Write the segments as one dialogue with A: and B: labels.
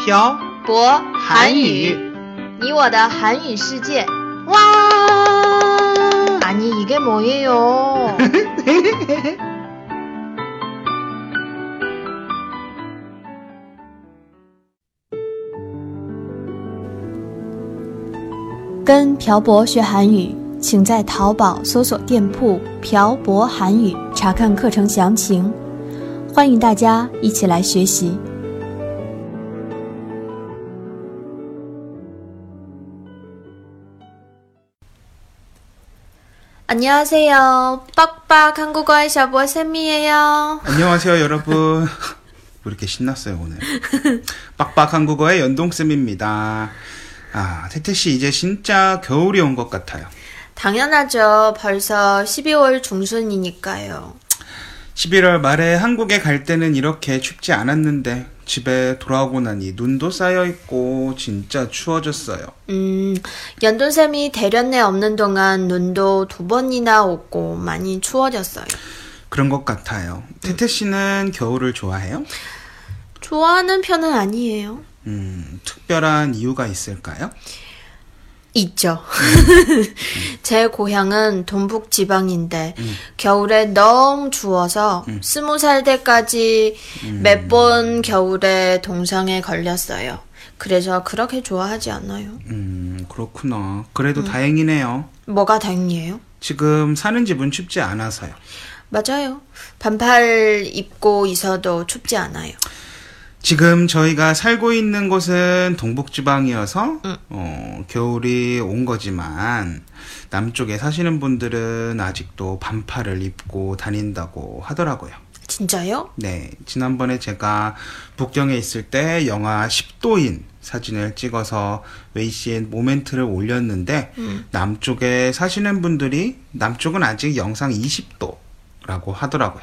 A: 朴
B: 博
A: 韩语
B: 你我的韩语世界。
A: 哇！
B: 아니 이게 뭐예요?
C: 跟朴博学韩语，请在淘宝搜索店铺“朴博韩语”查看课程详情。欢迎大家一起来学习。
B: 안녕하세요，빡빡한국어의小博쌤이에요。
A: 안녕하세요 여러분. 왜 이렇게 신났어요 오늘? 빡빡 한국어의 연동쌤입니다. 아 태태 씨 이제 진짜 겨울이 온 것 같아요.
B: 당연하죠. 벌써 12월 중순이니까요.
A: 11월 말에 한국에 갈 때는 이렇게 춥지 않았는데 집에 돌아오고 나니 눈도 쌓여 있고 진짜 추워졌어요.
B: 음, 연돈쌤이 대련에 없는 동안 눈도 두 번이나 오고 많이 추워졌어요.
A: 그런 것 같아요. 태태 씨는 겨울을 좋아해요?
B: 좋아하는 편은 아니에요.
A: 음, 특별한 이유가 있을까요?
B: 있죠. 제 고향은 동북 지방인데 겨울에 너무 추워서 스무 살 때까지 몇 번 겨울에 동상에 걸렸어요. 그래서 그렇게 좋아하지 않아요.
A: 음, 그렇구나. 그래도 다행이네요.
B: 뭐가 다행이에요?
A: 지금 사는 집은 춥지 않아서요.
B: 맞아요. 반팔 입고 있어도 춥지 않아요.
A: 지금 저희가 살고 있는 곳은 동북지방이어서 어, 겨울이 온 거지만 남쪽에 사시는 분들은 아직도 반팔을 입고 다닌다고 하더라고요.
B: 진짜요?
A: 네, 지난번에 제가 북경에 있을 때 영하 10도인 사진을 찍어서 웨이씨의 모멘트를 올렸는데 남쪽에 사시는 분들이 남쪽은 아직 영상 20도라고 하더라고요.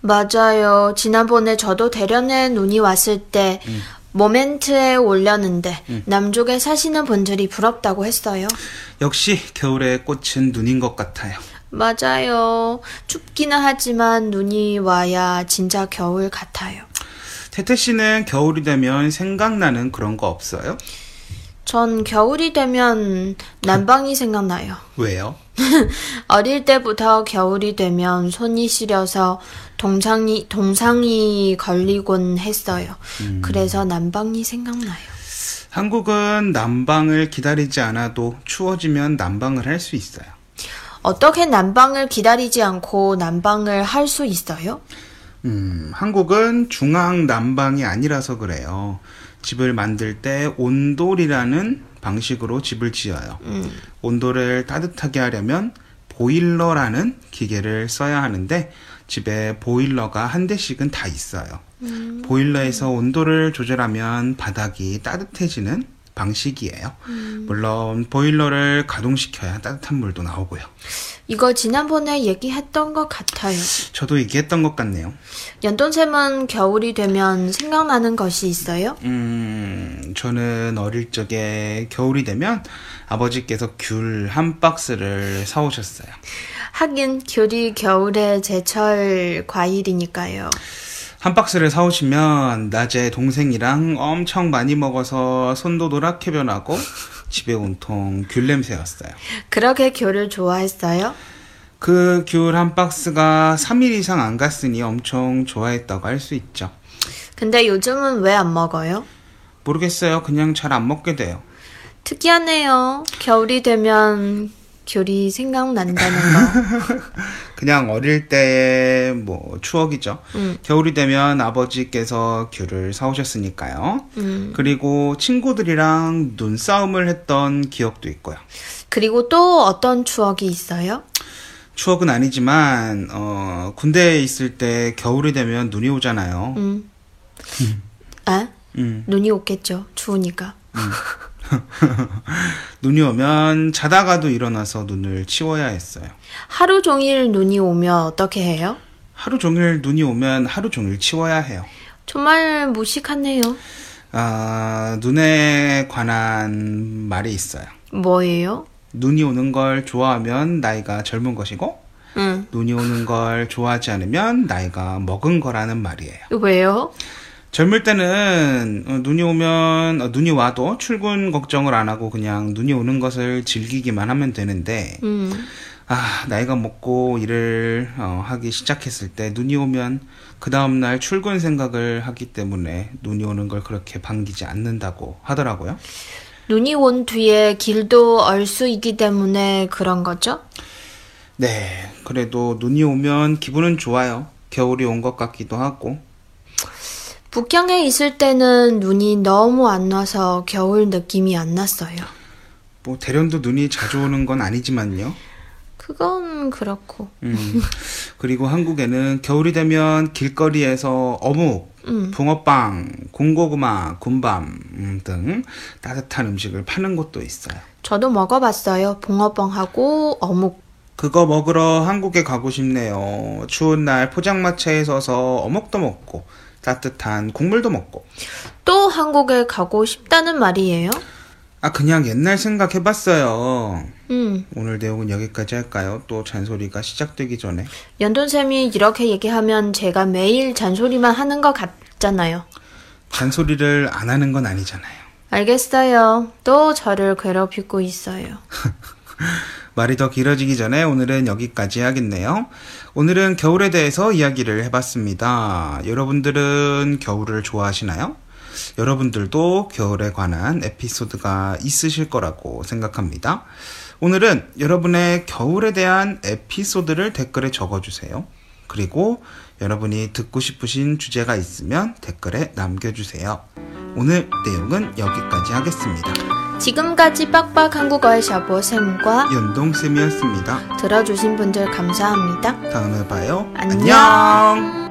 B: 맞아요. 지난번에 저도 대련에 눈이 왔을 때 모멘트에 올렸는데 남쪽에 사시는 분들이 부럽다고 했어요.
A: 역시 겨울의 꽃은 눈인 것 같아요.
B: 맞아요. 춥기는 하지만 눈이 와야 진짜 겨울 같아요.
A: 태태 씨는 겨울이 되면 생각나는 그런 거 없어요?
B: 전 겨울이 되면 난방이 생각나요.
A: 왜요?
B: 어릴 때부터 겨울이 되면 손이 시려서 동상이, 동상이 걸리곤 했어요. 그래서 난방이 생각나요.
A: 한국은 난방을 기다리지 않아도 추워지면 난방을 할 수 있어요.
B: 어떻게 난방을 기다리지 않고 난방을 할 수 있어요?
A: 음, 한국은 중앙 난방이 아니라서 그래요. 집을 만들 때 온돌이라는 방식으로 집을 지어요. 온돌을 따뜻하게 하려면 보일러라는 기계를 써야 하는데 집에 보일러가 한 대씩은 다 있어요. 보일러에서 온도를 조절하면 바닥이 따뜻해지는 방식이에요. 물론 보일러를 가동시켜야 따뜻한 물도 나오고요.
B: 이거 지난번에 얘기했던 것 같아요.
A: 저도 얘기했던 것 같네요.
B: 연돈샘은 겨울이 되면 생각나는 것이 있어요?
A: 음, 저는 어릴 적에 겨울이 되면 아버지께서 귤 한 박스를 사오셨어요.
B: 하긴 귤이 겨울의 제철 과일이니까요.
A: 한 박스를 사오시면 낮에 동생이랑 엄청 많이 먹어서 손도 노랗게 변하고 집에 온통 귤 냄새였어요.
B: 그렇게 귤을 좋아했어요?
A: 그 귤 한 박스가 3일 이상 안 갔으니 엄청 좋아했다고 할 수 있죠.
B: 근데 요즘은 왜 안 먹어요?
A: 모르겠어요. 그냥 잘 안 먹게 돼요.
B: 특이하네요. 겨울이 되면 귤이 생각난다는 거.
A: 그냥 어릴 때의 뭐 추억이죠. 겨울이 되면 아버지께서 귤을 사오셨으니까요.
B: 음.
A: 그리고 친구들이랑 눈싸움을 했던 기억도 있고요.
B: 그리고 또 어떤 추억이 있어요?
A: 추억은 아니지만 어, 군대에 있을 때 겨울이 되면 눈이 오잖아요.
B: 음. 아?
A: 음.
B: 눈이 오겠죠. 추우니까.
A: 눈이 오면 자다가도 일어나서 눈을 치워야 했어요.
B: 하루 종일 눈이 오면 어떻게 해요?
A: 하루 종일 눈이 오면 하루 종일 치워야 해요.
B: 정말 무식하네요.
A: 아, 눈에 관한 말이 있어요.
B: 뭐예요?
A: 눈이 오는 걸 좋아하면 나이가 젊은 것이고
B: 응.
A: 눈이 오는 걸 좋아하지 않으면 나이가 먹은 거라는 말이에요.
B: 왜요?
A: 젊을 때는 어, 눈이 오면 어, 눈이 와도 출근 걱정을 안 하고 그냥 눈이 오는 것을 즐기기만 하면 되는데
B: 음,
A: 아 나이가 먹고 일을 어, 하기 시작했을 때 눈이 오면 그 다음 날 출근 생각을 하기 때문에 눈이 오는 걸 그렇게 반기지 않는다고 하더라고요.
B: 눈이 온 뒤에 길도 얼수이기 때문에 그런 거죠?
A: 네, 그래도 눈이 오면 기분은 좋아요. 겨울이 온 것 같기도 하고
B: 북경에 있을 때는 눈이 너무 안 와서 겨울 느낌이 안 났어요.
A: 뭐 대련도 눈이 자주 오는 건 아니지만요.
B: 그건 그렇고.
A: 음. 그리고 한국에는 겨울이 되면 길거리에서 어묵, 붕어빵, 군고구마, 군밤 음, 등 따뜻한 음식을 파는 곳도 있어요.
B: 저도 먹어봤어요. 붕어빵하고 어묵.
A: 그거 먹으러 한국에 가고 싶네요. 추운 날 포장마차에 서서 어묵도 먹고 따뜻한 국물도 먹고.
B: 또 한국에 가고 싶다는 말이에요?
A: 아 그냥 옛날 생각해봤어요.
B: 음,
A: 오늘 내용은 여기까지 할까요? 또 잔소리가 시작되기 전에.
B: 연돈쌤이 이렇게 얘기하면 제가 매일 잔소리만 하는 것 같잖아요.
A: 잔소리를 안 하는 건 아니잖아요.
B: 알겠어요. 또 저를 괴롭히고 있어요.
A: 말이 더 길어지기 전에 오늘은 여기까지 하겠네요. 오늘은 겨울에 대해서 이야기를 해봤습니다. 여러분들은 겨울을 좋아하시나요? 여러분들도 겨울에 관한 에피소드가 있으실 거라고 생각합니다. 오늘은 여러분의 겨울에 대한 에피소드를 댓글에 적어주세요. 그리고 여러분이 듣고 싶으신 주제가 있으면 댓글에 남겨주세요. 오늘 내용은 여기까지 하겠습니다.
B: 지금까지 빡빡 한국어의 샤보쌤과
A: 연동쌤이었습니다.
B: 들어주신 분들 감사합니다.
A: 다음에 봐요.
B: 안녕.
A: 안녕.